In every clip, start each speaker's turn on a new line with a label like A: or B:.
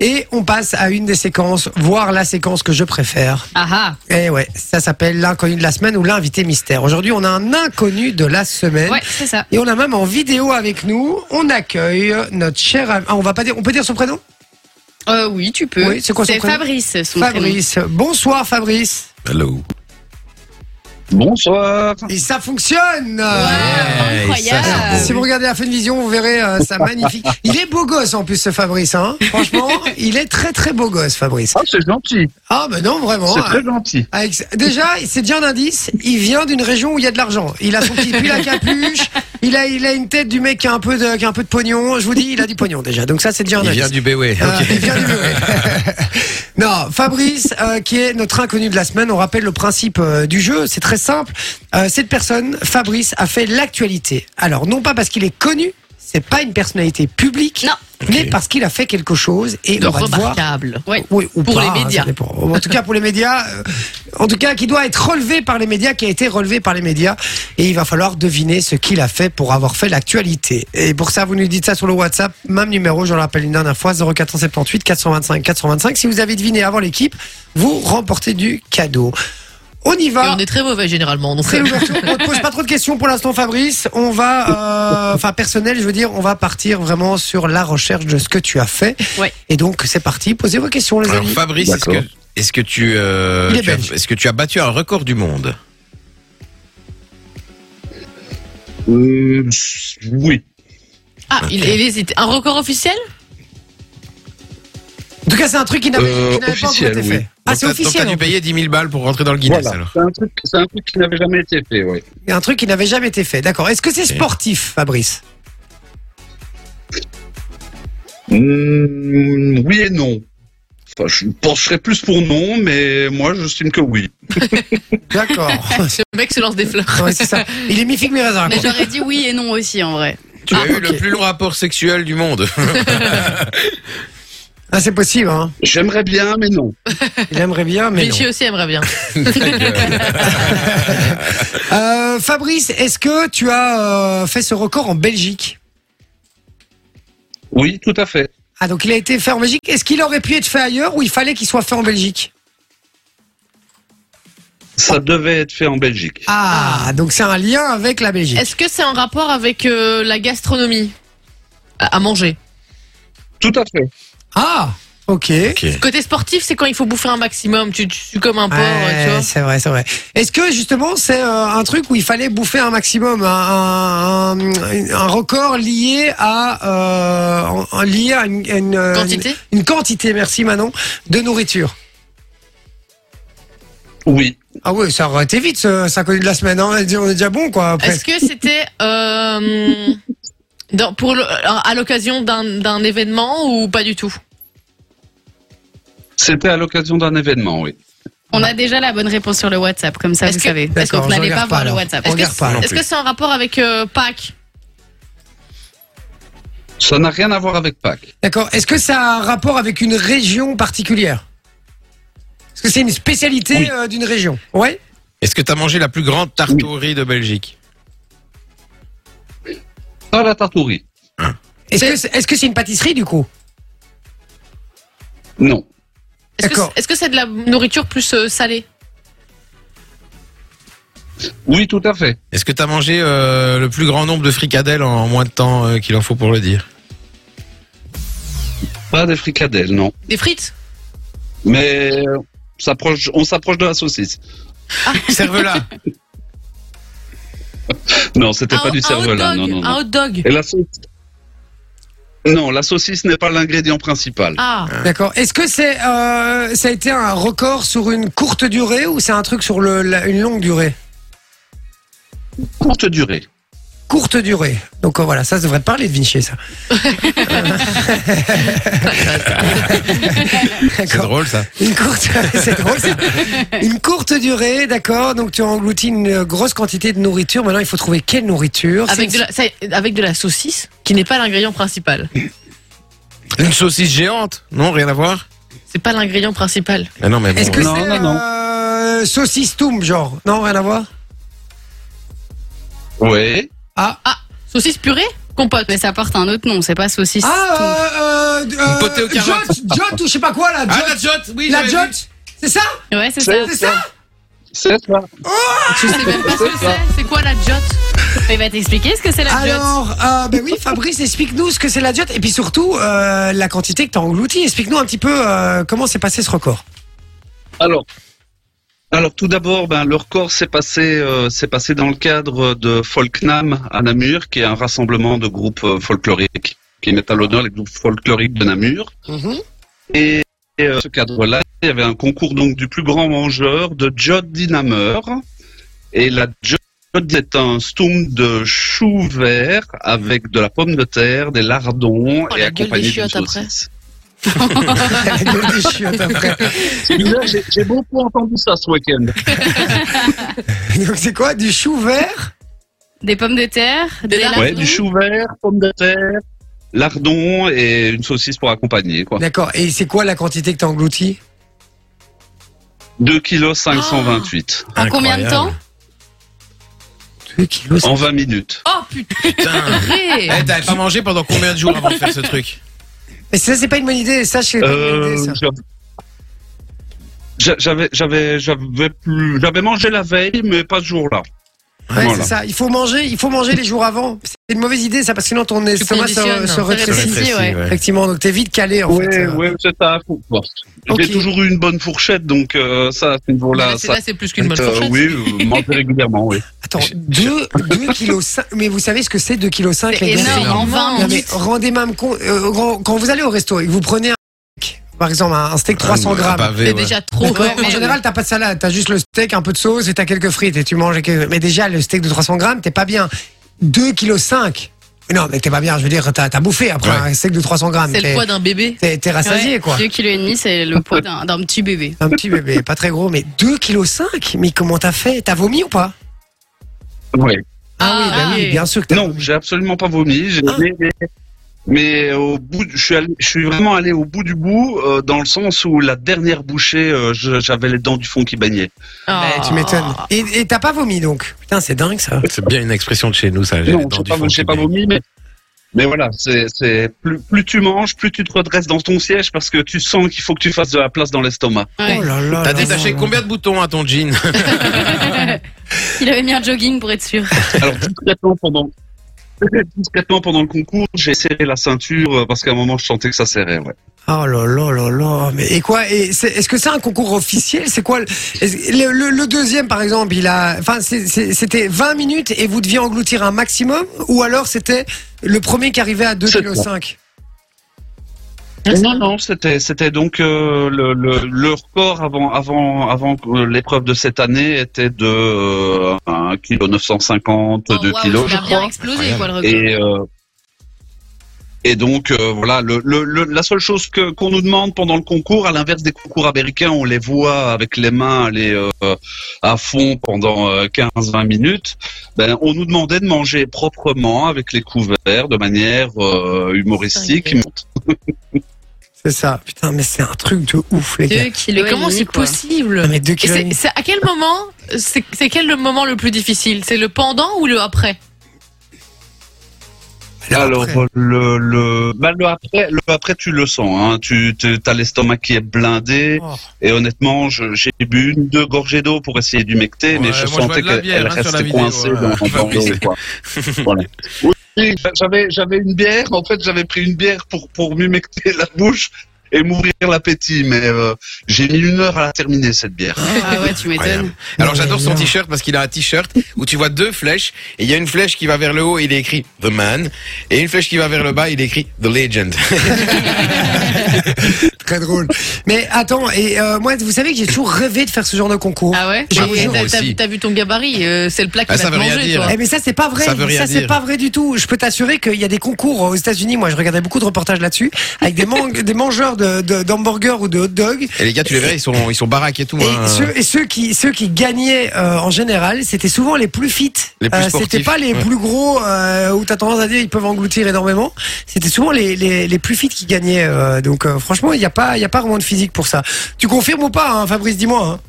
A: Et on passe à une des séquences, voire la séquence que je préfère.
B: Ah ah.
A: Et ouais, ça s'appelle l'inconnu de la semaine ou l'invité mystère. Aujourd'hui, on a un inconnu de la semaine.
B: Ouais, c'est ça.
A: Et on a même en vidéo avec nous, on accueille notre cher ami. Ah, on va pas dire, on peut dire son prénom
B: Euh, oui, tu peux.
A: Oui, c'est quoi son prénom
B: Fabrice, son prénom.
A: Fabrice. Bonsoir Fabrice.
C: Hello.
D: Bonsoir.
A: Et ça fonctionne Euh,
B: Ouais, incroyable.
C: ça, c'est
A: Si vous regardez la fin de vision, vous verrez euh, ça magnifique. Il est beau gosse en plus ce Fabrice. Hein. Franchement, il est très très beau gosse Fabrice.
D: Ah, c'est gentil.
A: Ah ben non vraiment.
D: C'est très gentil.
A: Avec- Ah, Déjà, c'est déjà un indice. Il vient d'une région où il y a de l'argent. Il a son petit pull à capuche. Il a, il a une tête du mec qui a un peu de, qui a un peu de pognon. Je vous dis, il a du pognon déjà. Donc ça, c'est déjà un
C: Il
A: indice.
C: vient du Béoué.
A: Euh, il vient du Loiret. non, Fabrice, euh, qui est notre inconnu de la semaine, on rappelle le principe euh, du jeu, c'est très simple. Euh, cette personne, Fabrice, a fait l'actualité. Alors, non pas parce qu'il est connu, c'est pas une personnalité publique,
B: Non.
A: mais parce qu'il a fait quelque chose et
B: De
A: on va devoir
B: remarquable. Ouais.
A: oui, ou
B: Pour
A: pas,
B: les
A: hein, ça
B: médias.
A: dépend. en tout cas, pour les médias. euh, en tout cas, qui doit être relevé par les médias, qui a été relevé par les médias. Et il va falloir deviner ce qu'il a fait pour avoir fait l'actualité. Et pour ça, vous nous dites ça sur le WhatsApp. Même numéro, je le rappelle une dernière fois, 0478 425 425. Si vous avez deviné avant l'équipe, vous remportez du cadeau. On y
B: Et
A: va.
B: on est très mauvais généralement. Donc euh,
A: C'est l'ouverture. On ne pose pas trop de questions pour l'instant, Fabrice. On va, euh, enfin personnel, je veux dire, on va partir vraiment sur la recherche de ce que tu as fait.
B: Ouais.
A: Et donc c'est parti. Posez vos questions, les
C: Alors
A: amis.
C: Fabrice, est-ce que,
D: D'accord.
C: est-ce que tu, euh,
A: Il est
C: tu as-
A: belge.
C: est-ce que tu as battu un record du monde
D: Euh, oui.
B: Ah, il, il hésite. Un record officiel
A: En tout cas, c'est un truc qui n'avait
D: Euh,
A: qui n'avait pas encore
D: officiel,
A: été
D: oui.
A: fait. Ah,
C: Donc
A: c'est
C: t'as- donc
A: officiel.
C: T'as
A: en
C: dû
A: plus.
C: payer 10 000 balles pour rentrer dans le Guinness
D: Voilà.
C: alors.
D: C'est un truc, c'est un truc qui n'avait jamais été fait, ouais.
A: Un truc qui n'avait jamais été fait. D'accord. Est-ce que c'est
C: Ok.
A: sportif, Fabrice
D: Mm, oui et non. Enfin, je pencherais plus pour non, mais moi, j'estime que oui.
A: D'accord.
B: Ce mec se lance des fleurs.
A: Ouais, c'est ça. Il est mi figue mi raisin.
E: Mais
A: quoi.
E: j'aurais dit oui et non aussi en vrai.
C: Tu as
A: Ah,
C: eu
A: ok.
C: le plus long rapport sexuel du monde.
A: Ah, c'est possible. Hein.
D: J'aimerais bien, mais non.
A: Il aimerait bien, mais non.
B: Michi aussi aimerait bien.
A: Euh, Fabrice, est-ce que tu as euh, fait ce record en Belgique
D: Oui, tout à fait.
A: Ah, donc il a été fait en Belgique. Est-ce qu'il aurait pu être fait ailleurs ou il fallait qu'il soit fait en Belgique
D: Ça devait être fait en Belgique.
A: Ah, donc c'est un lien avec la Belgique.
B: Est-ce que c'est en rapport avec euh, la gastronomie à, à manger
D: Tout à fait.
A: Ah, ok.
B: Côté sportif, c'est quand il faut bouffer un maximum. Tu, tu suis comme un porc,
A: Ouais,
B: tu vois.
A: c'est vrai, c'est vrai. Est-ce que justement c'est euh, un truc où il fallait bouffer un maximum, un, un- un- un record lié à euh, en- en- lié à une, à une, euh,
B: Quantité
A: une- une quantité, merci Manon, de nourriture.
D: Oui.
A: Ah oui, ça aurait été vite, ce, ça connu de la semaine. hein. On est déjà- on est déjà bon, quoi. Après.
B: Est-ce que c'était euh, dans- pour le- euh, à l'occasion d'un d'un événement ou pas du tout
D: C'était à l'occasion d'un événement, oui.
E: On a déjà la bonne réponse sur le WhatsApp, comme ça
B: Est-ce
E: vous
B: que-
E: savez. Parce
A: D'accord,
E: qu'on
A: je
E: n'allait
A: regarde
E: pas,
A: pas,
E: voir le
A: alors.
E: WhatsApp.
A: On
B: Est-ce que
A: regarde pas,
B: c'est-
A: non
B: est-ce que c'est en rapport avec euh, Pâques
D: Ça n'a rien à voir avec Pâques.
A: D'accord. Est-ce que ça a un rapport avec une région particulière Est-ce que c'est une spécialité
D: Oui.
A: euh, d'une région Ouais.
C: Est-ce que t'as mangé la plus grande tarte au riz de Belgique
D: Pas la tartourie.
A: Est-ce que c'est est-ce que c'est une pâtisserie du coup
D: Non.
B: Est-ce que
A: D'accord.
B: c'est- est-ce que c'est de la nourriture plus euh, salée
D: Oui, tout à fait.
C: Est-ce que t'as mangé euh, le plus grand nombre de fricadelles en moins de temps euh, qu'il en faut pour le dire
D: Pas des fricadelles, non.
B: Des frites
D: Mais euh, on s'approche- on s'approche de la saucisse.
C: Serve-la
D: Non, c'était
B: un,
D: pas du
B: un hot
D: cerveau-là.
B: dog,
D: Non, non, non.
B: un hot dog.
D: Et la saucisse Non, la saucisse n'est pas l'ingrédient principal.
B: Ah,
A: D'accord. Est-ce que c'est euh, ça a été un record sur une courte durée ou c'est un truc sur le, la- une longue durée
D: Courte durée.
A: Courte durée. Donc euh, voilà, ça, ça devrait te parler de Vinci, ça.
C: C'est
A: d'accord.
C: drôle ça.
A: Une courte, c'est drôle, ça. Une courte durée, d'accord. Donc tu as englouti une grosse quantité de nourriture. Maintenant, il faut trouver quelle nourriture. C'est
B: avec
A: une-
B: de, la, ça- avec de la saucisse qui n'est pas l'ingrédient principal.
C: Une saucisse géante Non, rien à voir
B: C'est pas l'ingrédient principal.
C: Ah non, mais bon.
A: Est-ce que
D: Non,
A: c'est
D: non, non.
A: euh, saucisse toum, genre Non, rien à voir.
D: Ouais.
B: Ah, Saucisse purée Compote.
E: Mais ça porte un autre nom, c'est pas saucisse.
A: Ah, euh, euh, euh,
C: Potée aux carottes.
A: Jot, Jot ou je sais pas quoi là.
C: Ah,
A: Jot.
C: la Jot, oui,
A: la
C: j'avais
A: Jot,
C: vu.
A: c'est ça
E: Ouais, c'est ça.
D: C'est-
A: C'est ça
D: C'est ça.
E: Tu sais même pas ce que c'est. C'est quoi la jot Mais il va t'expliquer ce que c'est
B: Ah
E: la jot.
A: Alors, euh, ben oui, Fabrice, explique-nous ce que c'est la Jot et puis surtout euh, la quantité que t'as engloutie. Explique-nous un petit peu euh, comment s'est passé ce record.
D: Alors, alors tout d'abord, ben, le record s'est passé, euh, s'est passé dans le cadre de Folknam à Namur, qui est un rassemblement de groupes euh, folkloriques qui met à l'honneur les groupes folkloriques de Namur. Et, et, euh, ce cadre-là, il y avait un concours donc du plus grand mangeur de Jod Dinamer. Et la Jod est un stoum de chou vert avec de la pomme de terre, des lardons
B: Oh,
D: et
B: la gueule des
D: accompagné d'une
B: chiottes après.
D: saucisse.
A: La gueule des chiottes, hein. après.
D: Celui-là, J'ai j'ai beaucoup entendu ça ce week-end.
B: Ah,
A: Donc c'est quoi Du chou vert
E: Des pommes de terre, des
B: lardons.
D: Ouais,
E: lardons.
D: du chou vert, pommes de terre, lardon et une saucisse pour accompagner, quoi.
A: D'accord. Et c'est quoi la quantité que t'as engloutie
D: 2 kg 528
E: En combien de temps
A: 2 kilos.
D: en 20 minutes.
B: Oh putain.
C: Putain. Eh,
B: Ré.
C: t'avais pas mangé pendant combien de jours avant de faire ce truc
A: Mais ça, c'est pas une bonne idée. Ça, c'est pas une bonne
D: Euh,
A: idée, ça.
D: j'a- j'avais, j'avais, j'avais plus, j'avais mangé la veille, mais pas ce jour-là.
A: Ouais,
D: Voilà.
A: c'est ça. Il faut manger, il faut manger les jours avant. C'est une mauvaise idée, ça, parce que sinon ton estomac se,
B: conditionnes,
A: se
B: ça
A: rétrécit.
B: rétrécit.
A: Effectivement, donc t'es vite calé en
D: Oui,
A: fait. Euh,
D: oui, c'est ça. faut- bon.
A: Ok.
D: J'ai toujours eu une bonne fourchette, donc euh, ça, à ce niveau-là,
B: Là, c'est-
D: ça.
B: là, c'est plus qu'une bonne
D: euh,
B: fourchette.
D: oui, euh, manger régulièrement, oui.
A: Attends, 2 kg mais vous savez ce que c'est 2 kg
E: C'est énorme. En 20
B: Ah,
A: Non, mais
E: minutes.
A: rendez même compte euh, quand- quand vous allez au resto et que vous prenez un steak, par exemple un un steak 300
C: Un
A: grammes.
C: pavé,
B: C'est
C: ouais.
B: déjà trop.
A: D'accord,
B: ouais,
A: en
B: merde.
A: général, t'as pas de salade, t'as juste le steak, un peu de sauce et t'as quelques frites et tu manges. avec- Mais déjà, le steak de 300 grammes, t'es pas bien. 2 kg Non, mais t'es pas bien. Je veux dire, t'as t'as bouffé après
C: Ouais.
A: un steak de 300 grammes.
B: C'est le
A: T'es-
B: poids d'un bébé.
A: T'es t'es rassasié quoi.
E: 2,5 kg, c'est le poids d'un d'un petit bébé.
A: Un petit bébé, pas très gros, mais 2,5 kg Mais comment t'as fait T'as vomi ou pas
D: Ouais.
A: ah, oui,
B: Ah,
A: bah
B: ah,
A: oui,
B: oui.
A: bien sûr que t'as
D: Non,
A: vomi.
D: j'ai absolument pas vomi. j'ai-
A: Ah.
D: Mais, mais- mais euh, au bout, de- je suis, allé- je suis vraiment allé au bout du bout, euh, dans le sens où la dernière bouchée, euh, je- j'avais les dents du fond qui baignaient.
E: Ah.
A: Eh, tu m'étonnes.
B: Ah.
A: Et et t'as pas vomi donc Putain, c'est dingue ça.
C: C'est bien une expression de chez nous, ça. j'ai
D: Non,
C: les dents
D: j'ai
C: du
D: pas,
C: fond
D: j'ai
C: qui
D: pas
C: baignent.
D: vomi, mais. Mais voilà, c'est c'est- plus, plus tu manges, plus tu te redresses dans ton siège parce que tu sens qu'il faut que tu fasses de la place dans l'estomac.
E: Ah, Ouais.
A: Oh là là. là
C: T'as détaché
A: là là.
C: combien de boutons à ton jean
E: Il avait mis un jogging pour être sûr.
D: Alors discrètement pendant discrètement pendant le concours, j'ai serré la ceinture euh, parce qu'à un moment je sentais que ça serrait. Ouais.
A: Oh là là là là. Mais et quoi et c'est- Est-ce que c'est un concours officiel C'est quoi le, est-ce- le, le- le deuxième par exemple Il a, enfin, c'est- c'est- c'était 20 minutes et vous deviez engloutir un maximum, ou alors c'était le premier qui arrivait à 2,5 kg
C: Ah,
B: Ah,
D: Non, non, c'était c'était donc euh, le, le, le record avant avant avant que l'épreuve de cette année était de euh, 1 kg 950,
E: Oh,
D: 2
E: waouh,
D: kilos,
E: il
D: je
E: a bien
D: crois.
E: explosé, quoi, le record.
D: Et euh, et donc euh, voilà, le, le, le- la seule chose que qu'on nous demande pendant le concours, à l'inverse des concours américains, on les voit avec les mains aller euh, à fond pendant 15-20 minutes. Ben, on nous demandait de manger proprement avec les couverts, de manière euh, humoristique.
A: C'est ça. Putain, mais c'est un truc de ouf les gars.
E: 2 kg.
B: Mais comment c'est possible
A: Ah, Mais 2
B: Et
A: kilos. et
B: c'est
A: demi.
B: c'est à quel moment C'est c'est quel le moment le plus difficile C'est le pendant ou le après
D: Alors
A: après.
D: euh, le le bah, le après le après tu le sens hein tu tu- t'as l'estomac qui est blindé
A: Oh.
D: et honnêtement je- j'ai bu une deux gorgées d'eau pour essayer d'humecter
C: Ouais,
D: mais
C: moi,
D: je
C: je vois
D: sentais
C: de la
D: qu'elle
C: bière,
D: elle
C: hein, sur la
D: restait
C: vidéo,
D: coincée
C: voilà.
D: dans, dans
C: Oui,
D: l'eau
C: c'est-
D: quoi. Voilà. Oui, j'avais j'avais une bière en fait j'avais pris une bière pour pour m'humecter la bouche et m'ouvrir l'appétit mais euh, j'ai mis une heure à la terminer cette bière.
E: Ah ouais, tu m'étonnes.
C: Incroyable. Alors
A: Mais
C: j'adore
A: non.
C: son t-shirt parce qu'il a un t-shirt où tu vois deux flèches et il y a une flèche qui va vers le haut, il est écrit The Man et une flèche qui va vers le bas, il est écrit The Legend.
A: Très drôle. Mais attends, et euh, moi, vous savez que j'ai toujours rêvé de faire ce genre de concours.
B: Ah ouais
A: J'ai-
B: Mais
A: j'ai-
B: t'as- t'as-
C: aussi.
B: T'as vu ton gabarit euh, C'est le plat qui
C: Ah,
B: va
C: ça
B: te
C: veut rien
B: manger,
C: dire.
B: toi.
A: Eh mais ça c'est pas vrai.
C: Ça veut rien
A: c'est
C: dire.
A: pas vrai du tout. Je peux t'assurer qu'il y a des concours aux États-Unis. Moi, je regardais beaucoup de reportages là-dessus avec des, man- des mangeurs de de- d'hamburgers ou de hot dogs.
C: Et les gars, tu les verras, ils sont ils sont baraques et tout.
A: Et,
C: hein.
A: ceux, et ceux qui ceux qui gagnaient euh, en général, c'était souvent les plus fit. Euh,
C: Les plus sportifs,
A: c'était pas les
C: ouais.
A: plus gros euh, où t'as tendance à dire ils peuvent engloutir énormément. C'était souvent les, les, les plus fit qui gagnaient. euh, donc euh, franchement, il n'y a pas il y a pas vraiment de physique pour ça. Tu confirmes ou pas, hein, Fabrice Dis-moi. hein.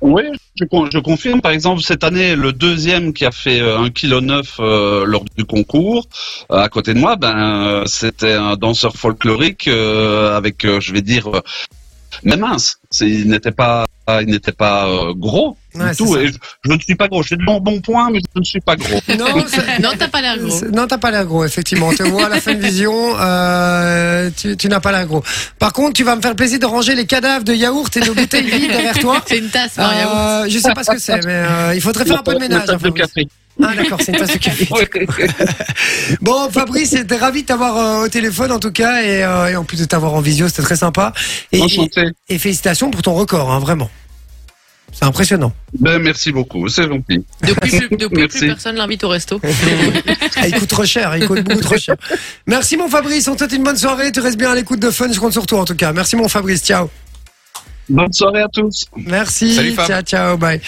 D: Oui, je, con- je confirme. Par exemple, cette année, le deuxième qui a fait euh, 1,9 kg euh, lors du concours, euh, à côté de moi, ben, euh, c'était un danseur folklorique euh, avec, euh, je vais dire, euh, mais mince. C'est- Il n'était pas, il n'était pas euh, gros du
A: Ouais, c'est
D: tout.
A: ça.
D: Et je, je ne suis pas gros. J'ai de bons, bons points, mais je ne suis pas gros.
A: Non, ça-
B: Non, t'as pas l'air gros.
A: C'est- Non, t'as pas l'air gros, effectivement. On te voit à la fin de vision, euh, tu, tu n'as pas l'air gros. Par contre, tu vas me faire plaisir de ranger les cadavres de yaourt et de bouteilles vides derrière toi.
B: C'est une tasse, non, yaourt.
A: Euh, je sais pas ce que c'est, mais euh, il faudrait faire un peu de ménage. hein,
D: Le
A: Fabrice.
D: café.
A: Ah d'accord, c'est une tasse de café. Bon, Fabrice, c'était ravi de t'avoir euh, au téléphone en tout cas, et, euh, et en plus de t'avoir en visio, c'était très sympa. Et,
D: Enchanté.
A: et félicitations pour ton record, hein, vraiment. C'est impressionnant.
D: Ben, merci beaucoup. C'est gentil.
B: Depuis, plus, depuis
D: Merci.
B: plus personne l'invite au resto.
A: Ah, il coûte trop cher, il coûte beaucoup trop cher. Merci mon Fabrice, on te souhaite une bonne soirée, tu restes bien à l'écoute de Fun, je compte sur toi en tout cas. Merci mon Fabrice, ciao.
D: Bonne soirée à tous.
A: Merci,
C: Salut, Fab.
A: ciao, ciao, bye.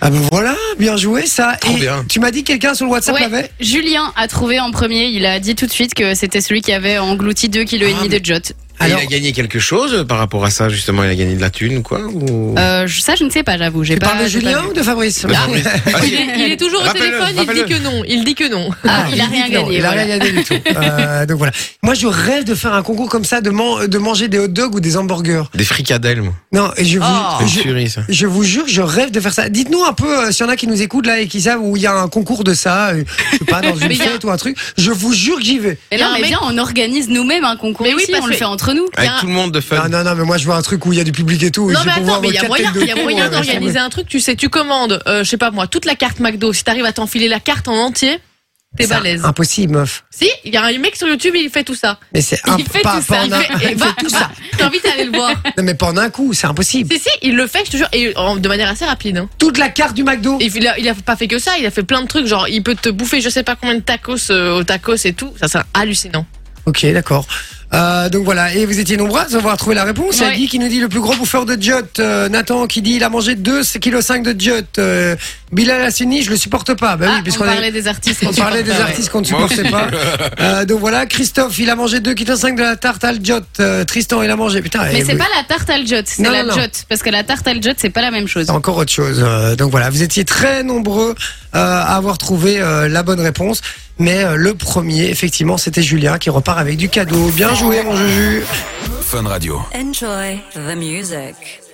A: Ah ben voilà, bien joué ça.
C: Trop
A: Et
C: bien.
A: Tu m'as dit quelqu'un sur le WhatsApp
E: Ouais.
A: l'avait
E: Julien a trouvé en premier, il a dit tout de suite que c'était celui qui avait englouti 2,5 kg
A: Ah, mais-
E: de jot.
A: Alors,
C: Il a gagné quelque chose par rapport à ça, justement. Il a gagné de la thune, quoi. ou-
E: Euh, je- ça, je ne sais pas, j'avoue. J'ai
A: tu
E: pas,
A: parles de
E: j'ai pas
A: Julien
E: vu.
A: ou de Fabrice
C: Bah, Fabrice. Ah,
B: Il
C: si.
B: est, il est toujours au
C: Rappelle-le,
B: téléphone, il
C: rappelle-le.
B: dit que non. Il dit que non.
E: Ah, il a rien
A: dit que non,
E: gagné.
A: Il a
E: voilà.
A: rien gagné du tout. Euh, donc voilà. Moi, je rêve de faire un concours comme ça, de, man- de manger des hot dogs ou des hamburgers.
C: Des fricadelles, moi.
A: Non, et je vous,
B: Oh.
C: C'est une
A: je,
C: tuerie, ça.
A: je vous jure, je rêve de faire ça. Dites-nous un peu euh, s'il y en a qui nous écoutent là et qui savent où il y a un concours de ça, euh, je sais pas, dans une
B: Mais y a-
A: fête ou un truc. Je vous jure que j'y vais.
E: Mais
B: Il y a
E: non,
B: un
E: mais
B: mec-
E: bien, on organise nous-mêmes un concours
B: Mais oui,
E: ici,
B: parce
E: on le
B: que-
E: fait entre nous.
C: Avec
B: un-
C: tout le monde de
A: Non,
C: fun.
A: non, non, mais moi, je veux un truc où il y a du public et tout. et
B: Non
A: je
B: mais
A: vais pouvoir
B: attends, mais il y a
A: avoir
B: moyen,
A: quatre têtes de
B: il y a
A: con,
B: moyen
A: euh,
B: d'organiser un truc. Tu sais, tu commandes, euh, je sais pas moi, toute la carte McDo. Si t'arrives à t'enfiler la carte en entier, t'es
A: c'est
B: balèze.
A: Impossible, meuf.
B: Si, il y a un mec sur YouTube, il fait tout ça.
A: Mais c'est
E: Il
A: un
E: fait
A: Ah, pas,
E: tout
A: pas
E: ça,
A: en
E: il
A: un-
E: fait-
A: il
E: et
A: fait
E: va-
A: tout ça.
B: Je t'invite à aller le voir.
A: Non, mais pas en un coup, c'est impossible.
B: Si si, il le fait, je te jure, et en- de manière assez rapide. hein.
A: Toute la carte du McDo.
B: Et Il a, il a pas fait que ça, il a fait plein de trucs, genre il peut te bouffer je sais pas combien de tacos euh, au tacos et tout. Ça c'est hallucinant.
A: Ok, d'accord. Euh, donc voilà, et vous étiez nombreux à avoir trouvé la réponse. Il y a
E: Ouais.
A: Guy qui nous dit le plus gros bouffeur de jot. Euh, Nathan qui dit il a mangé 2,5 kg de jot. Euh, Bilal Hassani, je le supporte pas. Bah
E: Ah,
A: oui,
E: on
A: puisqu'on a-
E: parlait des artistes.
A: on parlait des
E: Ouais.
A: artistes qu'on ne
C: Moi
A: supportait
C: aussi.
A: pas. Euh, donc voilà, Christophe, il a mangé 2,5 kg de la tarte al jot. Euh, Tristan, il a mangé. Putain,
E: Mais
A: eh,
E: c'est
A: vous-
E: pas la tarte al jot, c'est
A: Non,
E: la
A: non, non.
E: jot. Parce que la tarte al jot, c'est pas la même chose.
A: c'est encore autre chose. Euh, donc voilà, vous étiez très nombreux euh, à avoir trouvé euh, la bonne réponse. Mais euh, le premier, effectivement, c'était Julien qui repart avec du cadeau. Bien joué, mon Juju.
F: Fun Radio.
G: Enjoy the music.